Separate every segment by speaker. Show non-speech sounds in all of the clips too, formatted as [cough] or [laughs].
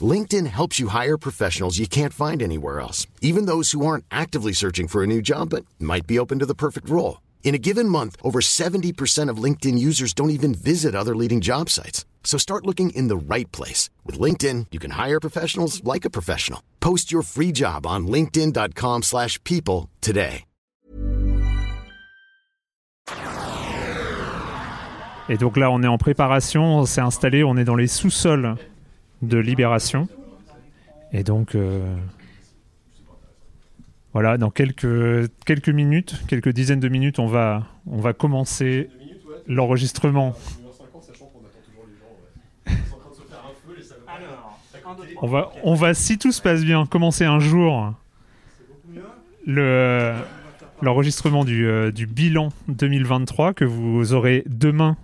Speaker 1: LinkedIn helps you hire professionals you can't find anywhere else, even those who aren't actively searching for a new job but might be open to the perfect role. In a given month, over 70% of LinkedIn users don't even visit other leading job sites. So start looking in the right place. With LinkedIn, you can hire professionals like a professional. Post your free job on linkedin.com slash people today.
Speaker 2: Et donc là, on est en préparation, on s'est installé, on est dans les sous-sols de Libération. Et donc, euh, voilà, dans quelques, quelques minutes, quelques dizaines de minutes, on va, on va commencer l'enregistrement. On va, on va, si tout se passe bien, commencer un jour le, l'enregistrement du, euh, du bilan 2023 que vous aurez demain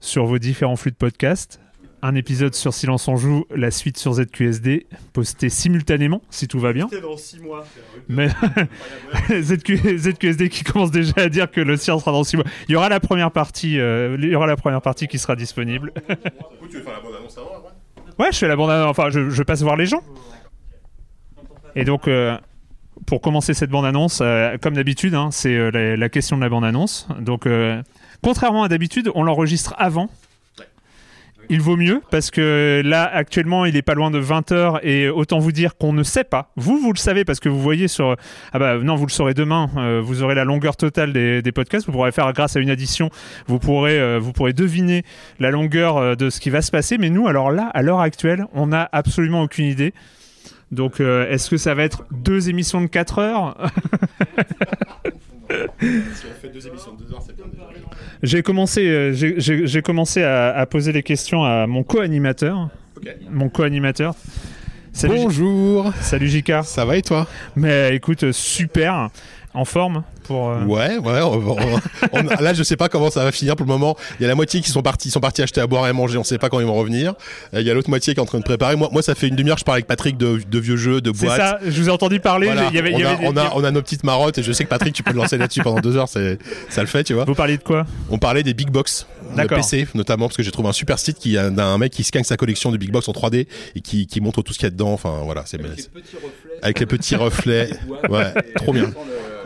Speaker 2: sur vos différents flux de podcasts un épisode sur Silence on joue, la suite sur ZQSD, posté simultanément, si tout va bien.
Speaker 3: dans 6 mois.
Speaker 2: Mais [laughs] ZQ ZQSD qui commence déjà à dire que le sien sera dans 6 mois. Il y aura la première partie, euh, il y aura la première partie qui sera disponible.
Speaker 3: Du coup, tu veux faire la bonne annonce avant après
Speaker 2: ouais, je fais la bande, enfin, je, je passe voir les gens. Et donc, euh, pour commencer cette bande annonce, euh, comme d'habitude, hein, c'est euh, la, la question de la bande annonce. Donc, euh, contrairement à d'habitude, on l'enregistre avant. Il vaut mieux parce que là actuellement il est pas loin de 20h et autant vous dire qu'on ne sait pas. Vous vous le savez parce que vous voyez sur ah bah non vous le saurez demain. euh, vous aurez la longueur totale des, des podcasts. Vous pourrez faire grâce à une addition. Vous pourrez euh, vous pourrez deviner la longueur euh, de ce qui va se passer. Mais nous alors là à l'heure actuelle on n'a absolument aucune idée. Donc euh, est-ce que ça va être deux émissions de 4 heures
Speaker 3: Si on fait deux émissions de 2 heures, c'est bien déjà.
Speaker 2: J'ai commencé, euh, j'ai- j'ai j'ai commencé à, à poser les questions à mon co-animateur.
Speaker 3: Ok.
Speaker 2: Mon co-animateur. Salut, J-
Speaker 4: Bonjour,
Speaker 2: salut Jicard.
Speaker 4: ça va et toi
Speaker 2: Mais euh, écoute, euh, super, en forme pour.
Speaker 3: Hein
Speaker 2: euh,
Speaker 4: Ouais, ouais. on va- on va- on a- là, je sais pas comment ça va finir pour le moment. Il y a la moitié qui sont partis, ils sont partis acheter à boire et à manger. On sait pas quand ils vont revenir. Euh, Il y a l'autre moitié qui est en train de préparer. Moi, moi, ça fait une demi-heure. Je parle avec Patrick de, de vieux jeux, de
Speaker 2: C'est
Speaker 4: boîtes.
Speaker 2: ça. Je vous ai entendu parler.
Speaker 4: Voilà.
Speaker 2: il y avait- il
Speaker 4: on,
Speaker 2: y
Speaker 4: a,
Speaker 2: avait des-
Speaker 4: on, a, on a nos petites marottes et je sais que Patrick, tu peux le lancer là-dessus pendant deux heures, c'est- ça le fait, tu vois.
Speaker 2: Vous parliez de quoi
Speaker 4: On parlait des big box, de
Speaker 2: D'accord.
Speaker 4: PC notamment, parce que j'ai trouvé un super site qui a d'un mec qui scanne sa collection de big box en 3D et qui, qui montre tout ce qu'il y a dedans. Enfin voilà, c'est
Speaker 5: Avec les petits reflets.
Speaker 4: avec
Speaker 5: [laughs]
Speaker 4: les petits reflets. Ouais, trop bien.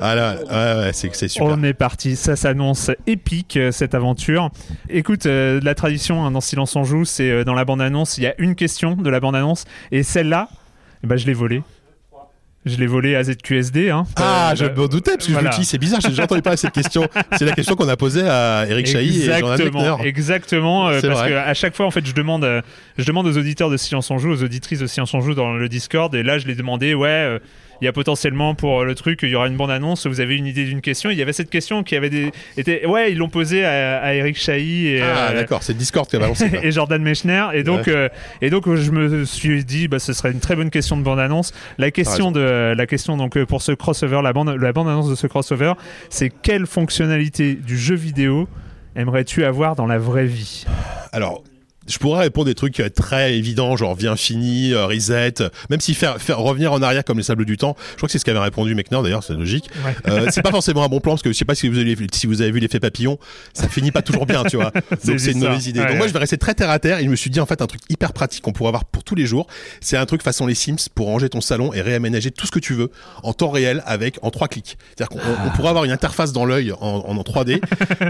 Speaker 4: Ah là, ouais, ouais, c'est c'est super.
Speaker 2: On est parti, ça s'annonce épique euh, cette aventure. Écoute, euh, la tradition hein, dans Silence on joue, c'est euh, dans la bande-annonce, il y a une question de la bande-annonce, et celle-là, eh ben, je l'ai volée. Je l'ai volée à ZQSD. hein.
Speaker 4: Ah,
Speaker 2: Euh,
Speaker 4: je
Speaker 2: bah,
Speaker 4: me doutais, parce que
Speaker 2: voilà.
Speaker 4: je me dis, c'est bizarre, j'ai déjà entendu parler de cette question. C'est la question qu'on a posée à Eric Chahi et Jordan Lechner.
Speaker 2: Exactement, exactement euh,
Speaker 4: C'est
Speaker 2: parce
Speaker 4: vrai.
Speaker 2: que à chaque fois en fait je demande euh, je demande aux auditeurs de Silence on joue, aux auditrices de Silence on joue dans le Discord et là je les demandais ouais euh, il y a potentiellement pour euh, le truc il y aura une bande annonce, vous avez une idée d'une question, il y avait cette question qui avait des était ouais, ils l'ont posée à, à Eric Chahi et
Speaker 4: Ah,
Speaker 2: euh,
Speaker 4: d'accord, c'est Discord qui a balancé. ça.
Speaker 2: [laughs] et Jordan Mechner. Et donc,
Speaker 4: Ouais.
Speaker 2: euh, et donc, je me suis dit, bah, ce serait une très bonne question de bande-annonce. La question de, la question donc euh, pour ce crossover, la bande, la bande-annonce de ce crossover, c'est quelle fonctionnalité du jeu vidéo aimerais-tu avoir dans la vraie vie
Speaker 4: Alors, je pourrais répondre des trucs euh, très évidents, genre viens fini, euh, reset, euh, même si faire, faire revenir en arrière comme les sables du temps, je crois que c'est ce qu'avait répondu Mechner d'ailleurs, c'est logique.
Speaker 2: Ouais.
Speaker 4: Euh, c'est pas forcément un bon plan parce que je sais pas si vous avez, si vous avez vu l'effet papillon, ça finit pas toujours bien,
Speaker 2: [laughs]
Speaker 4: tu vois. Donc
Speaker 2: juste
Speaker 4: c'est une
Speaker 2: ça.
Speaker 4: mauvaise idée. Donc
Speaker 2: Ouais,
Speaker 4: moi
Speaker 2: ouais.
Speaker 4: je vais rester très terre à terre et je me suis dit en fait un truc hyper pratique qu'on pourrait avoir pour tous les jours, c'est un truc façon les Sims pour ranger ton salon et réaménager tout ce que tu veux en temps réel avec en trois clics. C'est-à-dire qu'on
Speaker 2: Ah.
Speaker 4: on- on pourrait avoir une interface dans l'œil en, en,
Speaker 2: [laughs]
Speaker 4: en 3D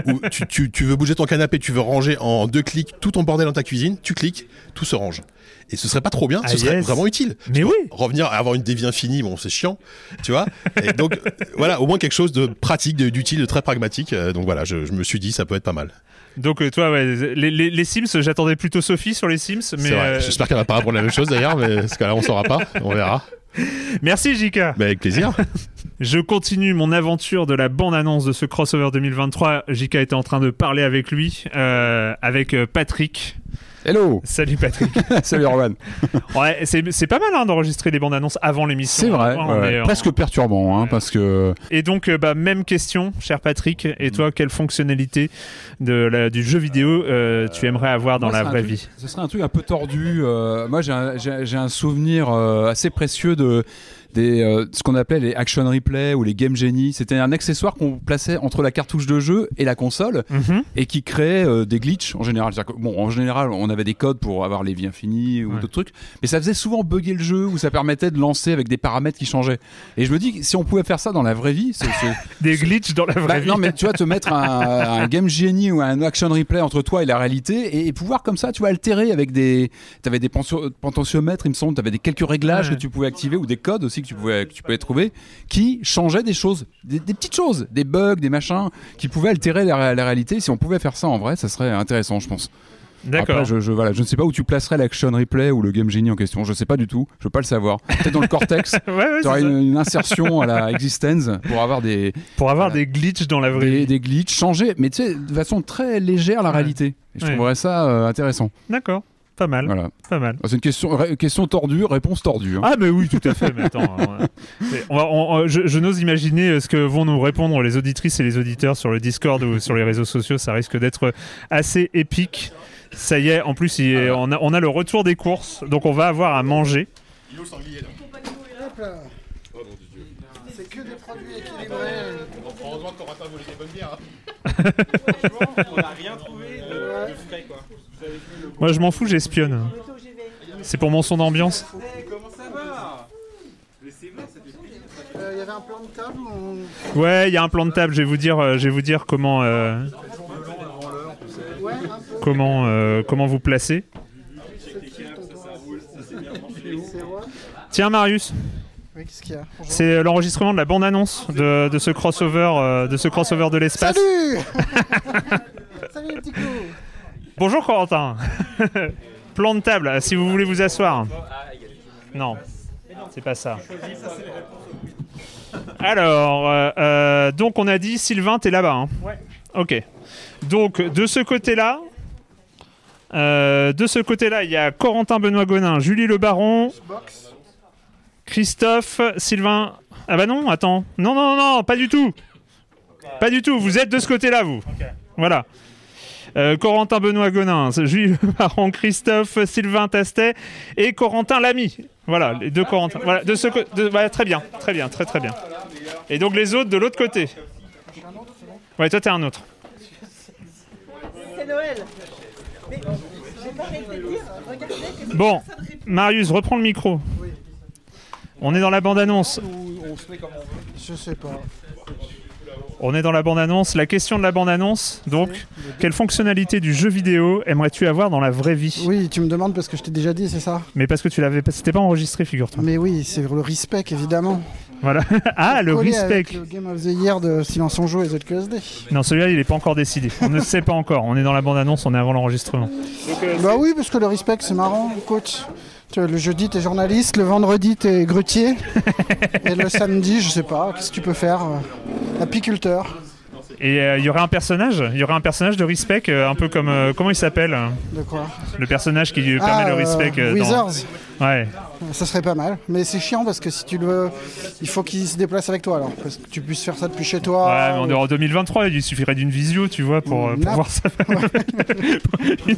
Speaker 4: où tu, tu, tu veux bouger ton canapé, tu veux ranger en deux clics tout ton bordel dans ta cuisine, tu cliques, tout se range. Et ce serait pas trop bien, ce
Speaker 2: Ah,
Speaker 4: serait
Speaker 2: yes.
Speaker 4: vraiment utile.
Speaker 2: Mais oui.
Speaker 4: Revenir à avoir une dévie infinie, bon, c'est chiant, tu vois. Et donc, [laughs] euh, voilà, au moins quelque chose de pratique, de- d'utile, de très pragmatique. Euh, Donc voilà, je, je me suis dit, ça peut être pas mal.
Speaker 2: Donc euh, toi, ouais, les, les- les Sims, j'attendais plutôt Sophie sur les Sims, mais
Speaker 4: C'est vrai.
Speaker 2: euh,
Speaker 4: J'espère qu'elle va pas répondre la même chose d'ailleurs, mais ce cas-là, on saura pas, on verra.
Speaker 2: merci Jika.
Speaker 4: Mais avec plaisir.
Speaker 2: Je continue mon aventure de la bande-annonce de ce crossover 2023. JK était en train de parler avec lui, euh, avec euh, Patrick.
Speaker 6: Hello
Speaker 2: Salut Patrick. [laughs]
Speaker 6: Salut Erwan
Speaker 2: ouais, c'est c'est pas mal hein, d'enregistrer les bandes-annonces avant l'émission.
Speaker 6: C'est vrai,
Speaker 2: Ouais, on
Speaker 6: ouais.
Speaker 2: est en-
Speaker 6: presque perturbant, hein, parce que
Speaker 2: Et donc, euh, bah, même question, cher Patrick. Et
Speaker 6: Mm.
Speaker 2: toi, quelle fonctionnalité de la- du jeu vidéo euh, tu aimerais avoir dans
Speaker 6: Moi,
Speaker 2: la
Speaker 6: c'est un
Speaker 2: vraie
Speaker 6: truc-
Speaker 2: vie
Speaker 6: Ce serait un truc un peu tordu. euh, moi, j'ai un, j'ai- j'ai un souvenir euh, assez précieux de des, euh, ce qu'on appelait les action replay ou les game genie. C'était un accessoire qu'on plaçait entre la cartouche de jeu et la console
Speaker 2: Mhm.
Speaker 6: et qui créait euh, des glitches en général. C'est-à-dire que, bon, en général, on avait des codes pour avoir les vies infinies ou
Speaker 2: Ouais.
Speaker 6: d'autres trucs, mais ça faisait souvent bugger le jeu ou ça permettait de lancer avec des paramètres qui changeaient. Et je me dis, que si on pouvait faire ça dans la vraie vie, c'est- c'est-
Speaker 2: Des glitchs dans la vraie
Speaker 6: bah,
Speaker 2: vie
Speaker 6: non, mais tu vois, te mettre un, un game genie ou un action replay entre toi et la réalité et, et pouvoir comme ça, tu vois, altérer avec des. T'avais des pensio- potentiomètres, il me semble, t'avais des quelques réglages
Speaker 2: Ouais.
Speaker 6: que tu pouvais activer ou des codes aussi que tu pouvais, que tu pouvais trouver qui changeaient des choses, des, des petites choses, des bugs, des machins qui pouvaient altérer la, la réalité. Si on pouvait faire ça en vrai, ça serait intéressant, je pense.
Speaker 2: D'accord.
Speaker 6: Après, je, je- voilà, je ne sais pas où tu placerais l'action replay ou le game genie en question, je sais pas du tout, je veux pas le savoir. Peut-être dans le cortex.
Speaker 2: Ouais, ouais, [laughs] c'est
Speaker 6: Tu aurais
Speaker 2: ça.
Speaker 6: une, une insertion à la existence pour avoir des,
Speaker 2: Pour avoir
Speaker 6: Voilà.
Speaker 2: des glitchs dans la vraie
Speaker 6: des,
Speaker 2: vie.
Speaker 6: des glitches, changer, mais tu sais, de façon très légère la
Speaker 2: Ouais.
Speaker 6: réalité. Et je
Speaker 2: Ouais.
Speaker 6: trouverais ça euh, intéressant.
Speaker 2: D'accord. Pas mal,
Speaker 6: Voilà. Ah,
Speaker 2: pas mal.
Speaker 6: C'est une question, ré- question tordue, réponse tordue. hein.
Speaker 2: Ah mais oui, tout à fait. Mais attends, euh, mais on va- on- euh, je, je n'ose imaginer euh, ce que vont nous répondre les auditrices et les auditeurs sur le Discord ou sur les réseaux sociaux. Ça risque d'être assez épique. Ça y est, en plus, il est- on, a, on a le retour des courses, donc on va avoir à manger.
Speaker 7: Il est où le sanglier là
Speaker 8: C'est que des produits équilibrés.
Speaker 7: Heureusement que Corentin voulait des bonnes bières.
Speaker 2: Moi, je m'en fous, j'espionne. C'est pour mon son d'ambiance.
Speaker 8: Il y avait un plan de table on-
Speaker 2: Ouais, il y a un plan de table. Je vais vous dire, euh, je vais vous dire comment, euh,
Speaker 8: Ouais, un peu.
Speaker 2: comment, euh, comment vous placer.
Speaker 8: C'est vrai.
Speaker 2: Tiens, Marius.
Speaker 8: Oui, qu'est-ce qu'il y a Bonjour.
Speaker 2: C'est euh, l'enregistrement de la bande-annonce de, de ce crossover, euh, de ce crossover de l'espace.
Speaker 8: Salut Salut les petits clous
Speaker 2: Bonjour Corentin. [laughs] Plan de table, si vous voulez vous asseoir. Non, c'est pas ça. Alors, euh, euh, donc on a dit Sylvain, t'es là-bas. hein. Ok. Donc de ce côté-là, euh, de ce côté-là, il y a Corentin Benoît Gonin, Julie Le Baron,
Speaker 8: Box.
Speaker 2: Christophe, Sylvain. Ah bah non, attends. Non, non, non, non, pas du tout. Pas du tout. Vous êtes de ce côté-là, vous. Voilà. Euh, Corentin Benoît Gonin, c'est Jules [laughs] Baron, Christophe, Sylvain Tastet et Corentin Lamy. Voilà, les deux Corentins. Voilà, de ce co- de- voilà, très bien, très bien, très très bien. Et donc les autres de l'autre côté. Ouais, toi t'es un autre.
Speaker 9: C'est Noël. Mais j'ai pas arrêté de dire, regardez que
Speaker 2: Bon, Marius, reprends le micro. On est dans la bande-annonce.
Speaker 8: Je sais pas.
Speaker 2: On est dans la bande-annonce. La question de la bande-annonce, donc, quelle fonctionnalité du jeu vidéo aimerais-tu avoir dans la vraie vie
Speaker 8: Oui, tu me demandes parce que je t'ai déjà dit, c'est ça
Speaker 2: Mais parce que tu l'avais pas, c'était pas enregistré, figure-toi.
Speaker 8: Mais oui, c'est le respect évidemment.
Speaker 2: Voilà. [laughs] Ah, le
Speaker 8: Collé
Speaker 2: respect.
Speaker 8: avec Le Game of the Year de Silence on Joue et ZQSD.
Speaker 2: Non, celui-là, il n'est pas encore décidé. On ne sait pas encore. On est dans la bande-annonce, on est avant l'enregistrement.
Speaker 8: Bah oui, parce que le respect, c'est marrant, coach. Tu vois, le jeudi, t'es journaliste, le vendredi, t'es grutier. et le samedi, je sais pas, qu'est-ce que tu peux faire euh, Apiculteur.
Speaker 2: Et euh, il y aurait un personnage, il y aurait un personnage de respect, euh, un peu comme euh, comment il s'appelle euh,
Speaker 8: De quoi
Speaker 2: le personnage qui lui permet
Speaker 8: Ah,
Speaker 2: le respect.
Speaker 8: euh,
Speaker 2: euh, dans-
Speaker 8: Wizards.
Speaker 2: Ouais.
Speaker 8: Ça serait pas mal, mais c'est chiant parce que si tu le veux, il faut qu'il se déplace avec toi alors, parce que tu puisses faire ça depuis chez toi.
Speaker 2: Ouais, mais on
Speaker 8: ou-
Speaker 2: est en 2023, il lui suffirait d'une visio, tu vois, pour, euh, pour
Speaker 8: Nap.
Speaker 2: voir ça. [laughs]
Speaker 8: Tu-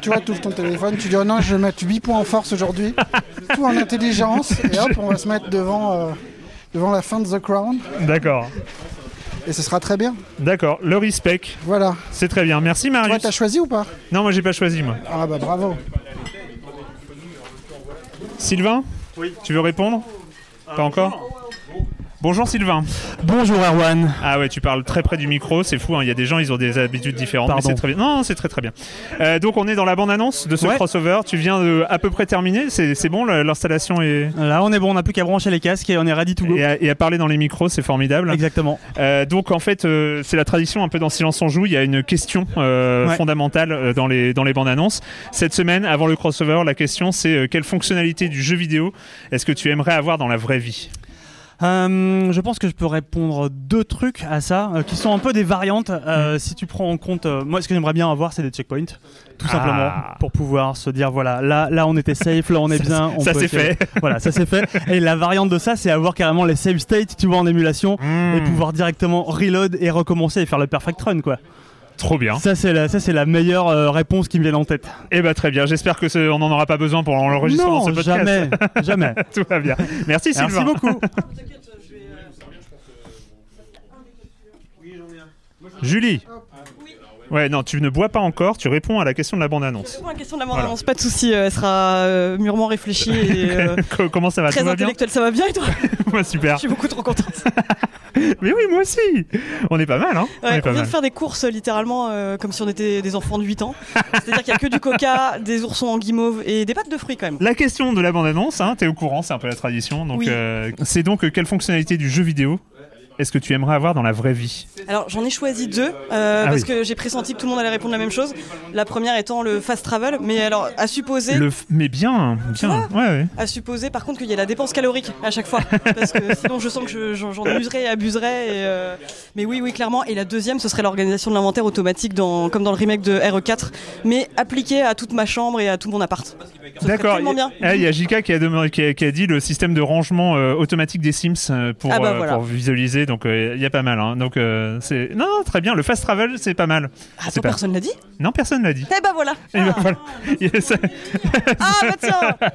Speaker 8: Tu vois, tu ouvres ton téléphone, tu dis oh non, je vais mettre 8 points en force aujourd'hui, tout en intelligence, et hop, on va se mettre devant, euh, devant la fin de The Crown,
Speaker 2: D'accord,
Speaker 8: et ce sera très bien.
Speaker 2: d'accord. Le respect,
Speaker 8: Voilà.
Speaker 2: c'est très bien. Merci
Speaker 8: Toi,
Speaker 2: Marius.
Speaker 8: t'as choisi ou pas
Speaker 2: non, moi j'ai pas choisi moi.
Speaker 8: Ah bah bravo.
Speaker 2: Sylvain, oui. Tu veux répondre Pas encore. Bonjour Sylvain.
Speaker 10: Bonjour Erwan.
Speaker 2: Ah ouais, tu parles très près du micro, c'est fou. hein, Il y a des gens, ils ont des habitudes différentes. mais
Speaker 10: Pardon.
Speaker 2: c'est très bien. Non, non, c'est très très bien. Euh, donc on est dans la bande annonce de ce
Speaker 10: Ouais.
Speaker 2: crossover. Tu viens de à peu près terminer. C'est c'est bon, le- l'installation est.
Speaker 10: Là, on est bon, on n'a plus qu'à brancher les casques et on est ready to go.
Speaker 2: Et à, et à parler dans les micros, c'est formidable.
Speaker 10: Exactement.
Speaker 2: Euh, donc en fait, euh, c'est la tradition un peu dans Silence on joue. Il y a une question euh,
Speaker 10: Ouais.
Speaker 2: fondamentale euh, dans les dans les bandes annonces. Cette semaine, avant le crossover, la question c'est euh, quelle fonctionnalité du jeu vidéo est-ce que tu aimerais avoir dans la vraie vie
Speaker 10: Euh, je pense que je peux répondre deux trucs à ça, euh, qui sont un peu des variantes. euh, Si tu prends en compte, euh, moi, ce que j'aimerais bien avoir, c'est des checkpoints, tout simplement,
Speaker 2: Ah.
Speaker 10: pour pouvoir se dire voilà, là, là, on était safe, là, on [laughs] est bien. on
Speaker 2: ça
Speaker 10: peut
Speaker 2: c'est
Speaker 10: essayer.
Speaker 2: fait.
Speaker 10: [laughs] voilà, ça c'est fait. Et la variante de ça, c'est avoir carrément les save states, tu vois, en émulation, et
Speaker 2: Mmh,
Speaker 10: pouvoir directement reload et recommencer et faire le perfect run, quoi.
Speaker 2: Trop bien.
Speaker 10: Ça, c'est la, ça, c'est la meilleure euh, réponse qui me vient en tête.
Speaker 2: Eh ben très bien. J'espère que ce- on n'en aura pas besoin pour l'enregistrement
Speaker 10: non,
Speaker 2: de ce podcast.
Speaker 10: jamais, [laughs] jamais.
Speaker 2: [laughs] Tout va bien. Merci
Speaker 10: Merci
Speaker 2: Sylvain.
Speaker 10: beaucoup.
Speaker 2: Julie. Ouais, non, tu ne bois pas encore. Tu réponds à la question de la bande [laughs] annonce.
Speaker 11: Pour la question de la bande annonce, pas de souci, euh, elle sera euh, mûrement réfléchie et
Speaker 2: [laughs]
Speaker 11: euh,
Speaker 2: Comment ça va
Speaker 11: très
Speaker 2: Bah, Tout va bien Ah.
Speaker 11: intellectuelle. Ça va bien et toi
Speaker 2: Ouais, Super.
Speaker 11: Je suis beaucoup trop contente.
Speaker 2: [laughs] Mais oui, moi aussi. On est pas mal, hein On
Speaker 11: Ouais,
Speaker 2: est
Speaker 11: on
Speaker 2: pas
Speaker 11: vient
Speaker 2: mal.
Speaker 11: de faire des courses euh, littéralement euh, comme si on était des enfants de 8 ans. C'est-à-dire qu'il n'y a que du coca, des oursons en guimauve et des pâtes de fruits quand même.
Speaker 2: La question de la bande-annonce, hein, t'es au courant, c'est un peu la tradition. Donc,
Speaker 11: Oui.
Speaker 2: euh, c'est donc euh, quelle fonctionnalité du jeu vidéo est-ce que tu aimerais avoir dans la vraie vie
Speaker 11: Alors j'en ai choisi deux euh,
Speaker 2: Ah
Speaker 11: parce
Speaker 2: oui.
Speaker 11: que j'ai pressenti que tout le monde allait répondre la même chose. La première étant le fast travel, mais alors à supposer,
Speaker 2: Le f- Mais bien, bien. Ouais, ouais.
Speaker 11: à supposer par contre qu'il y a la dépense calorique à chaque fois parce que sinon je sens que je- j'en j'en userais et abuserais. et, euh, Mais oui, oui, clairement. Et la deuxième, ce serait l'organisation de l'inventaire automatique dans... comme dans le remake de RE4, mais appliquée à toute ma chambre et à tout mon appart. Ce serait
Speaker 2: D'accord.
Speaker 11: tellement
Speaker 2: Il y a-
Speaker 11: bien.
Speaker 2: ah, il y a Jika qui a, demandé- qui a- qui a dit le système de rangement euh, automatique des Sims euh, pour,
Speaker 11: Ah bah
Speaker 2: euh,
Speaker 11: voilà.
Speaker 2: pour visualiser. Donc, euh, il y a pas mal. hein. Donc, euh, c'est non, non, très bien. Le fast travel, c'est pas mal.
Speaker 11: Ah, Attends,
Speaker 2: C'est pas-
Speaker 11: personne l'a dit
Speaker 2: Non, personne l'a dit. [laughs]
Speaker 11: Eh ben voilà
Speaker 2: Et ben, voilà. Ça-
Speaker 11: Ah bah tiens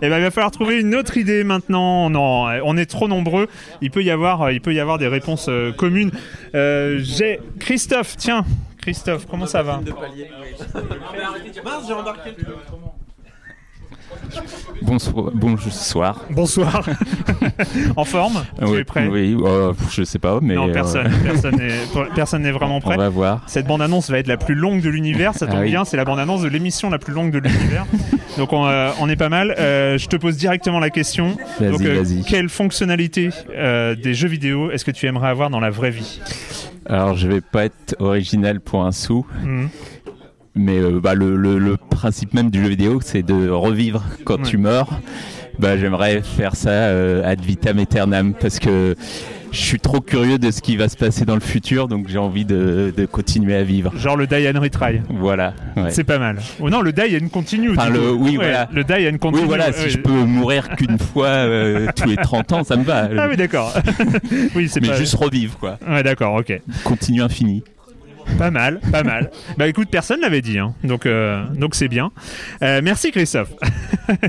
Speaker 2: Eh ben, il va falloir trouver une autre idée maintenant. Non, eh, on est trop nombreux. Il peut y avoir, il peut y avoir des réponses euh, communes. Euh, J'ai Christophe, tiens. Christophe, comment ça va
Speaker 3: Bonsoir. Bonsoir.
Speaker 2: Bonsoir. [laughs] en forme Tu
Speaker 3: Ouais,
Speaker 2: es prêt
Speaker 3: Oui, euh, pff, je sais pas, mais.
Speaker 2: Non,
Speaker 3: euh, [laughs]
Speaker 2: personne. Personne n'est personne n'est vraiment prêt.
Speaker 3: On va voir.
Speaker 2: Cette bande-annonce va être la plus longue de l'univers, ça tombe
Speaker 3: Ah oui.
Speaker 2: bien, c'est la bande-annonce de l'émission la plus longue
Speaker 3: [laughs]
Speaker 2: de l'univers. Donc on, euh, on est pas mal. Euh, je te pose directement la question.
Speaker 3: Vas-y,
Speaker 2: Donc, euh,
Speaker 3: vas-y.
Speaker 2: quelle fonctionnalité euh, des jeux vidéo est-ce que tu aimerais avoir dans la vraie vie
Speaker 3: Alors, je vais pas être original pour un sou,
Speaker 2: Hmm.
Speaker 3: mais euh, bah, le, le- le principe même du jeu vidéo, c'est de revivre quand
Speaker 2: Ouais.
Speaker 3: tu meurs. Bah, j'aimerais faire ça euh, ad vitam aeternam parce que je suis trop curieux de ce qui va se passer dans le futur, donc j'ai envie de, de continuer à vivre.
Speaker 2: Genre le die and retry.
Speaker 3: Voilà. ouais.
Speaker 2: C'est pas mal. Oh non, le die and continue.
Speaker 3: Enfin,
Speaker 2: du
Speaker 3: le-
Speaker 2: coup.
Speaker 3: oui,
Speaker 2: Ouais,
Speaker 3: voilà.
Speaker 2: Le die and continue.
Speaker 3: Oui, voilà,
Speaker 2: ouais,
Speaker 3: si
Speaker 2: ouais.
Speaker 3: je peux mourir qu'une fois euh, tous les 30 ans, ça me va.
Speaker 2: Ah oui, d'accord. [laughs] oui, c'est
Speaker 3: mais
Speaker 2: pas...
Speaker 3: juste revivre, quoi.
Speaker 2: Ouais, d'accord, ok.
Speaker 3: Continue infini.
Speaker 2: Pas mal, pas mal. Bah écoute, personne l'avait dit, hein. donc euh, donc c'est bien. Euh, merci Christophe. [laughs]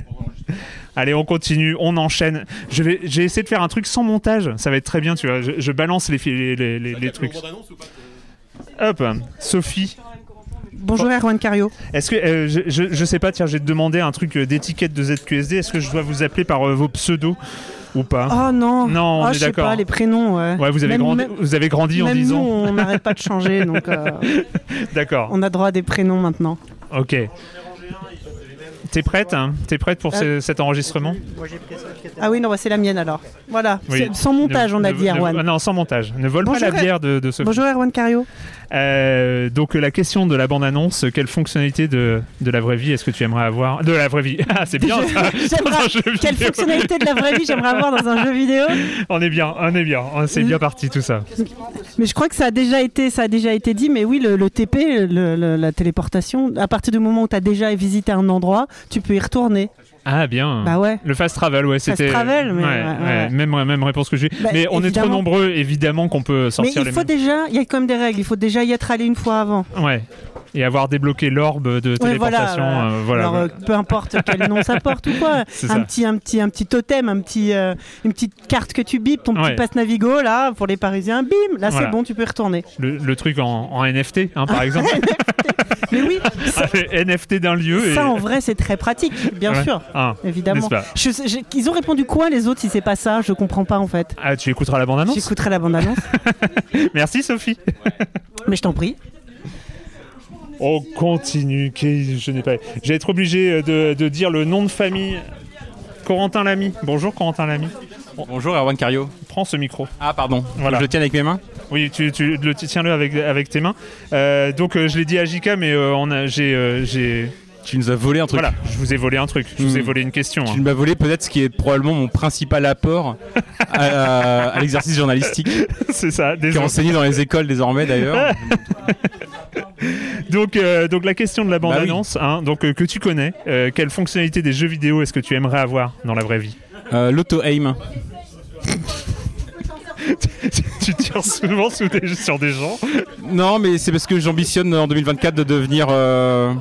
Speaker 2: Allez, on continue, on enchaîne. Je vais, j'ai essayé de faire un truc sans montage. Ça va être très bien, tu vois. Je, je balance les, fi- les, les, les- les trucs. Hop, Sophie. Oh.
Speaker 9: Bonjour Erwan Cario.
Speaker 2: Est-ce que euh, je, je, je sais pas, tiens, j'ai demandé un truc euh, d'étiquette de ZQSD. Est-ce que je dois vous appeler par euh, vos pseudos ou pas
Speaker 9: Oh non.
Speaker 2: Non, on
Speaker 9: oh,
Speaker 2: est
Speaker 9: je sais
Speaker 2: d'accord.
Speaker 9: pas, les prénoms. Ouais,
Speaker 2: Ouais, vous avez
Speaker 9: Même-
Speaker 2: grandi,
Speaker 9: même-
Speaker 2: vous avez grandi en
Speaker 9: Même nous,
Speaker 2: disant.
Speaker 9: on n'arrête pas de
Speaker 2: [laughs]
Speaker 9: changer, donc euh,
Speaker 2: D'accord.
Speaker 9: on a droit à des prénoms maintenant.
Speaker 2: Ok. T'es prête hein T'es prête pour ce-
Speaker 9: Euh,
Speaker 2: cet enregistrement
Speaker 9: Ah oui, non, bah, c'est la mienne alors. Voilà,
Speaker 2: Oui.
Speaker 9: C'est- sans montage,
Speaker 2: Ne-
Speaker 9: on a
Speaker 2: ne-
Speaker 9: dit,
Speaker 2: ne-
Speaker 9: Erwan.
Speaker 2: ah Non, sans montage. Ne vole
Speaker 9: Bonjour,
Speaker 2: pas la
Speaker 9: Er-
Speaker 2: bière de, de Sophie.
Speaker 9: Bonjour, Erwan Cario.
Speaker 2: Euh, donc euh, la question de la bande-annonce, euh, quelle fonctionnalité de, de la vraie vie est-ce que tu aimerais avoir De la vraie vie, [laughs] ah c'est bien ça
Speaker 9: [laughs]
Speaker 2: [laughs]
Speaker 9: J'aimerais-
Speaker 2: Dans un jeu
Speaker 9: Quelle
Speaker 2: vidéo.
Speaker 9: fonctionnalité de la vraie vie j'aimerais avoir dans un jeu vidéo
Speaker 2: On est bien, on est bien, on-
Speaker 9: Mm.
Speaker 2: c'est bien parti tout ça.
Speaker 9: Mais je crois que ça a déjà été, ça a déjà été dit. Mais oui, le, le TP, le- le- la téléportation, à partir du moment où tu as déjà visité un endroit, tu peux y retourner.
Speaker 2: Ah bien.
Speaker 9: Bah ouais.
Speaker 2: Le fast travel, ouais,
Speaker 9: Fast
Speaker 2: c'était.
Speaker 9: travel, mais
Speaker 2: Ouais,
Speaker 9: ouais,
Speaker 2: ouais,
Speaker 9: ouais.
Speaker 2: Même, même réponse que j'ai.
Speaker 9: Bah,
Speaker 2: mais on est trop
Speaker 9: évidemment.
Speaker 2: nombreux, évidemment qu'on peut
Speaker 9: Mais
Speaker 2: sortir
Speaker 9: il
Speaker 2: les
Speaker 9: faut
Speaker 2: mêmes.
Speaker 9: déjà, il y a quand même des règles. Il faut déjà y être allé une fois avant.
Speaker 2: Ouais. Et avoir débloqué l'orbe de
Speaker 9: Ouais, voilà,
Speaker 2: téléportation.
Speaker 9: voilà.
Speaker 2: euh, voilà.
Speaker 9: Alors,
Speaker 2: Ouais.
Speaker 9: euh, peu importe quel nom ça porte ou quoi.
Speaker 2: [laughs] C'est ça.
Speaker 9: Un petit, un petit, un petit totem, un petit, euh, une petite carte que tu bipes, ton
Speaker 2: Ouais.
Speaker 9: petit passe Navigo là pour les Parisiens. Bim, là
Speaker 2: Voilà.
Speaker 9: c'est bon, tu peux y retourner.
Speaker 2: Le, le truc en, en NFT, hein,
Speaker 9: Ah.
Speaker 2: par exemple.
Speaker 9: [laughs]
Speaker 2: Ah,
Speaker 9: Mais oui,
Speaker 2: NFT d'un lieu.
Speaker 9: ça
Speaker 2: et...
Speaker 9: en vrai c'est très pratique, bien
Speaker 2: Ouais.
Speaker 9: sûr.
Speaker 2: Ah,
Speaker 9: Évidemment.
Speaker 2: n'est-ce pas
Speaker 9: Je sais- j'ai- ils ont répondu quoi les autres si c'est pas ça Je comprends pas en fait.
Speaker 2: Ah, tu écouteras la bande-annonce
Speaker 9: J'écouterai la
Speaker 12: [laughs]
Speaker 9: bande-annonce,
Speaker 2: Merci Sophie.
Speaker 9: mais je t'en prie.
Speaker 2: On continue. qui- Je n'ai pas. J'ai été obligé euh, de, de dire le nom de famille. Corentin Lamy. Bonjour Corentin Lamy.
Speaker 12: Bonjour Erwan Cario.
Speaker 2: Prends ce micro.
Speaker 12: Ah pardon.
Speaker 2: Voilà.
Speaker 12: Je le tiens avec mes mains.
Speaker 2: Oui, tu, tu le tiens-le avec, avec tes mains. Euh, donc euh, je l'ai dit à Jika, mais euh, on a, j'ai, euh, j'ai.
Speaker 12: Tu nous as volé un truc.
Speaker 2: Voilà, je vous ai volé un truc. Je vous ai
Speaker 12: Mm.
Speaker 2: volé une question. hein.
Speaker 12: Tu m'as volé peut-être ce qui est probablement mon principal apport à, à- à l'exercice journalistique.
Speaker 2: [laughs] C'est ça.
Speaker 12: Qui est
Speaker 2: désolé.
Speaker 12: enseigné dans les écoles désormais d'ailleurs.
Speaker 2: donc, euh, donc la question de la
Speaker 12: Bah oui.
Speaker 2: bande-annonce, hein, donc euh, que tu connais, euh, quelle fonctionnalité des jeux vidéo est-ce que tu aimerais avoir dans la vraie vie [laughs]
Speaker 12: Euh, L'auto-aim.
Speaker 2: Tu tires souvent sous des- sur des gens.
Speaker 12: Non mais c'est parce que j'ambitionne en 2024 de devenir euh,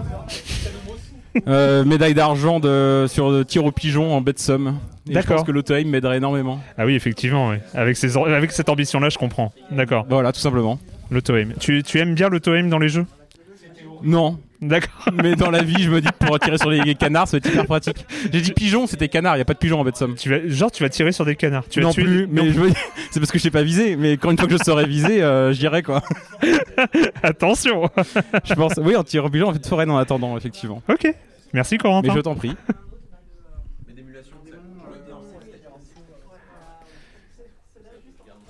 Speaker 12: euh, médaille d'argent de- sur le tir au pigeon en bête somme. Et Je
Speaker 2: D'accord.
Speaker 12: pense que l'auto-aim m'aiderait énormément.
Speaker 2: Ah oui, effectivement, oui. Avec, ces or- avec cette ambition-là, je comprends. D'accord.
Speaker 12: Voilà, tout simplement.
Speaker 2: L'auto-aim. Tu, tu aimes bien l'auto-aim dans les jeux
Speaker 12: Non.
Speaker 2: D'accord. [laughs]
Speaker 12: Mais dans la vie, je me dis que pour tirer sur les canards, ça va être hyper pratique. J'ai dit pigeon, c'était canard, il n'y a pas de pigeon en bête somme.
Speaker 2: tu vas, Genre, tu vas tirer sur des canards. Tu vas
Speaker 12: non
Speaker 2: tuer-
Speaker 12: plus, mais je veux dire- [laughs] c'est parce que je t'ai pas visé. Mais quand une fois que je serai visé, euh, j'irai quoi.
Speaker 2: Attention [laughs]
Speaker 12: Je pense. Oui, en tirant au bilan, en fait, foraine en attendant, effectivement.
Speaker 2: Ok. Merci, Corentin.
Speaker 12: Mais je t'en prie.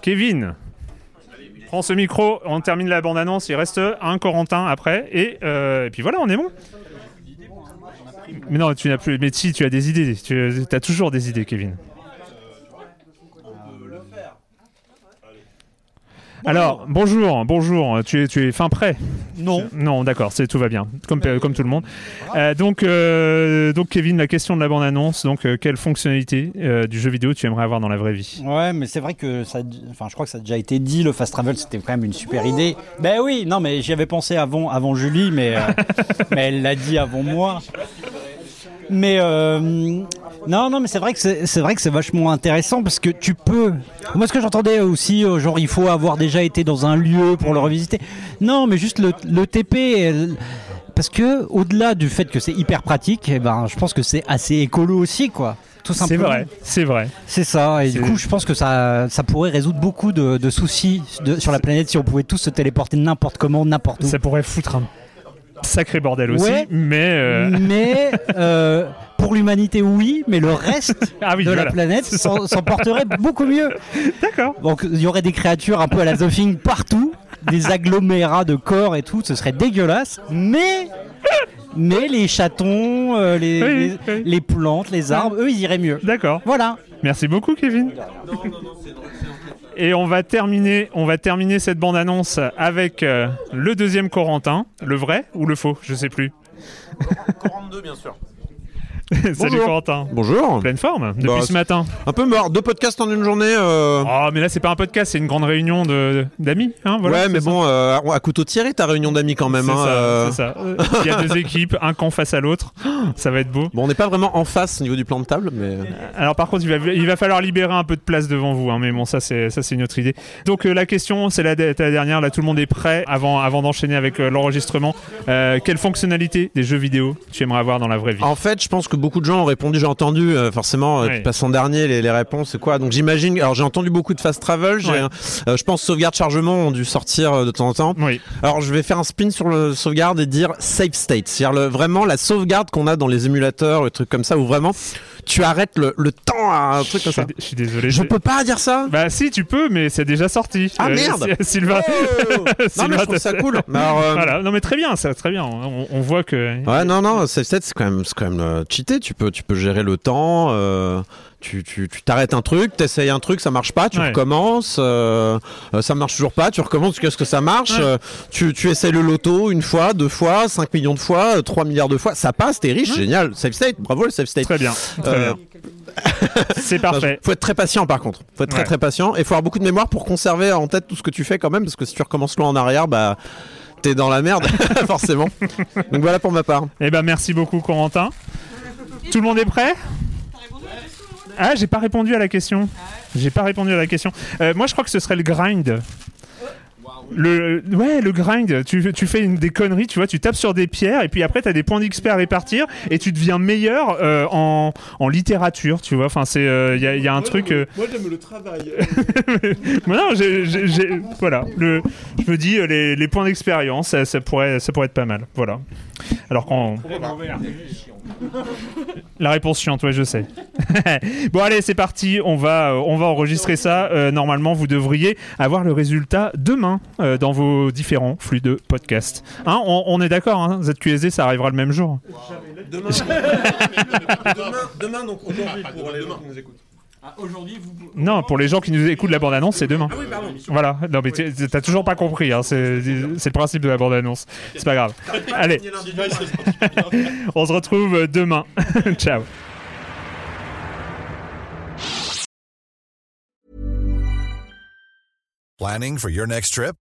Speaker 2: Kevin Prends ce micro, on termine la bande-annonce, il reste un Corentin après, et, euh, et puis voilà, on est bon. Mais non, tu n'as plus. Mais si, tu as des idées. Tu as toujours des idées, Kevin. Alors, bonjour, bonjour. Tu es, tu es fin prêt
Speaker 13: Non.
Speaker 2: Non, d'accord, c'est tout va bien, comme, euh, comme tout le monde. Euh, donc, euh, donc, Kevin, la question de la bande-annonce. Donc, euh, quelle fonctionnalité euh, du jeu vidéo tu aimerais avoir dans la vraie vie
Speaker 13: Ouais, mais c'est vrai que ça. Enfin, je crois que ça a déjà été dit. Le fast travel, c'était quand même une super idée. Ben oui, non, mais j'y avais pensé avant, avant Julie, mais,
Speaker 2: [laughs]
Speaker 13: euh, mais elle l'a dit avant moi. Mais euh, non, non, mais c'est vrai que c'est c'est vrai que c'est vachement intéressant parce que tu peux. Moi, ce que j'entendais aussi, euh, genre, il faut avoir déjà été dans un lieu pour le revisiter. Non, mais juste le, le TP. elle- parce que au-delà du fait que c'est hyper pratique, eh ben, je pense que c'est assez écolo aussi, quoi. Tout
Speaker 2: C'est
Speaker 13: simplement.
Speaker 2: vrai, c'est vrai.
Speaker 13: C'est ça, et du coup, je pense que ça, ça pourrait résoudre beaucoup de, de soucis de- sur la planète si on pouvait tous se téléporter n'importe comment, n'importe où.
Speaker 2: Ça pourrait foutre un sacré bordel aussi,
Speaker 13: Ouais. Mm.
Speaker 2: mais. euh, [laughs]
Speaker 13: Mais euh, pour l'humanité, oui, mais le reste
Speaker 2: [laughs] Ah oui,
Speaker 13: de
Speaker 2: voilà.
Speaker 13: la planète
Speaker 2: C'est ça.
Speaker 13: s'en s'en porterait beaucoup mieux.
Speaker 2: D'accord.
Speaker 13: Donc, il y aurait des créatures un peu à la The Thing partout, des agglomérats de corps et tout, ce serait dégueulasse, mais. Mais les chatons, euh, les,
Speaker 2: Oui,
Speaker 13: les,
Speaker 2: oui.
Speaker 13: les plantes, les arbres, eux, ils iraient mieux.
Speaker 2: D'accord.
Speaker 13: Voilà.
Speaker 2: Merci beaucoup, Kevin. Et on va terminer, on va terminer cette bande-annonce avec euh, le deuxième Corentin, le vrai ou le faux, je sais plus.
Speaker 14: 42 bien sûr.
Speaker 2: [laughs] Salut Corentin.
Speaker 14: Bonjour.
Speaker 2: Pleine forme depuis
Speaker 14: Bah,
Speaker 2: ce matin.
Speaker 14: Un peu mort, deux podcasts en une journée. euh,
Speaker 2: Oh, mais là c'est pas un podcast, c'est une grande réunion de d'amis, hein, voilà,
Speaker 14: ouais, mais bon, euh, à- à couteau tiré ta réunion d'amis quand même.
Speaker 2: C'est
Speaker 14: hein,
Speaker 2: ça,
Speaker 14: euh.
Speaker 2: c'est ça. Il y a
Speaker 14: [laughs]
Speaker 2: deux équipes, un camp face à l'autre. [gasps] Ça va être beau.
Speaker 14: Bon, on n'est pas vraiment en face au niveau du plan de table, mais.
Speaker 2: Alors par contre, il va, il va falloir libérer un peu de place devant vous, hein, mais bon, ça c'est ça c'est une autre idée. Donc euh, la question, c'est la, de- la dernière. Là, tout le monde est prêt avant avant d'enchaîner avec euh, l'enregistrement. Euh, quelle fonctionnalité des jeux vidéo tu aimerais avoir dans la vraie vie
Speaker 14: En fait, je pense que beaucoup de gens ont répondu, j'ai entendu euh, forcément, euh,
Speaker 4: Ouais.
Speaker 14: tu passes en dernier les, les réponses, c'est quoi. Donc j'imagine, alors j'ai entendu beaucoup de fast travel, j'ai
Speaker 4: Ouais.
Speaker 14: un- euh, je pense sauvegarde chargement ont dû sortir euh, de temps en temps. Alors je vais faire un spin sur le sauvegarde et dire safe state, c'est-à-dire le- vraiment la sauvegarde qu'on a dans les émulateurs, et trucs comme ça, où vraiment tu arrêtes le, le temps à un truc comme ça.
Speaker 2: Je suis désolé.
Speaker 14: Je peux pas
Speaker 2: [laughs]
Speaker 14: dire ça
Speaker 2: Bah si, tu peux, mais c'est déjà sorti.
Speaker 14: Ah
Speaker 2: Euh,
Speaker 14: merde
Speaker 2: Si- [laughs] Sylvain.
Speaker 14: Non, mais je trouve ça cool. Mais alors, euh,
Speaker 2: Voilà. Ah. Non mais très bien, ça, très bien. On, on voit que.
Speaker 14: Ouais, non, non, safe state, c'est quand même, c'est quand même euh, cheaté. Tu peux, tu peux gérer le temps. euh, tu, tu, tu t'arrêtes un truc, t'essayes un truc, ça marche pas, tu
Speaker 2: Ouais.
Speaker 14: recommences. euh, euh, ça marche toujours pas, tu recommences jusqu'à ce que ça marche.
Speaker 2: Ouais.
Speaker 14: euh, tu, tu essayes le loto une fois, deux fois, 5 millions de fois, euh, 3 milliards de fois. Ça passe, t'es riche, génial. Safe state, bravo le safe state.
Speaker 2: Très bien. très bien. C'est parfait.
Speaker 14: euh, Faut être très patient par contre. Faut être très
Speaker 2: Ouais.
Speaker 14: très patient et faut avoir beaucoup de mémoire pour conserver en tête tout ce que tu fais quand même parce que si tu recommences loin en arrière, bah t'es dans la merde [laughs] forcément. Donc voilà pour ma part.
Speaker 2: Eh ben merci beaucoup Corentin. Tout le monde est prêt Ah, j'ai pas répondu à la question. J'ai pas répondu à la question. Euh, moi, je crois que ce serait le grind. Le, ouais, le grind, tu, tu fais une, des conneries, tu vois, tu tapes sur des pierres et puis après t'as des points d'XP à répartir et tu deviens meilleur euh, en, en littérature, tu vois. Enfin, c'est, euh, il y, a- il y a un truc. euh,
Speaker 15: Moi j'aime le travail.
Speaker 2: [laughs] mais non, j'ai- j'ai- j'ai- voilà. Le, je me dis euh, les, les points d'expérience, ça, ça pourrait, ça pourrait être pas mal. Voilà. [laughs] Alors qu'on, [laughs] la réponse chiante, ouais, je sais. [laughs] bon, allez, c'est parti. On va, euh, on va enregistrer ça. Euh, normalement, vous devriez avoir le résultat demain euh, dans vos différents flux de podcasts. Hein, on, on est d'accord. Hein, ZQSD, ça arrivera le même jour. [laughs]
Speaker 14: Demain, donc aujourd'hui pour les gens qui nous écoutent.
Speaker 12: Aujourd'hui, vous
Speaker 2: Non, pour les gens qui nous écoutent, la bande-annonce, c'est demain.
Speaker 14: oui, pardon.
Speaker 2: Voilà. Non, mais t'es- t'as toujours pas compris. hein, C'est c'est le principe de la bande-annonce. C'est pas grave. Allez. On se retrouve demain. [laughs] Ciao.
Speaker 16: Planning for your next trip?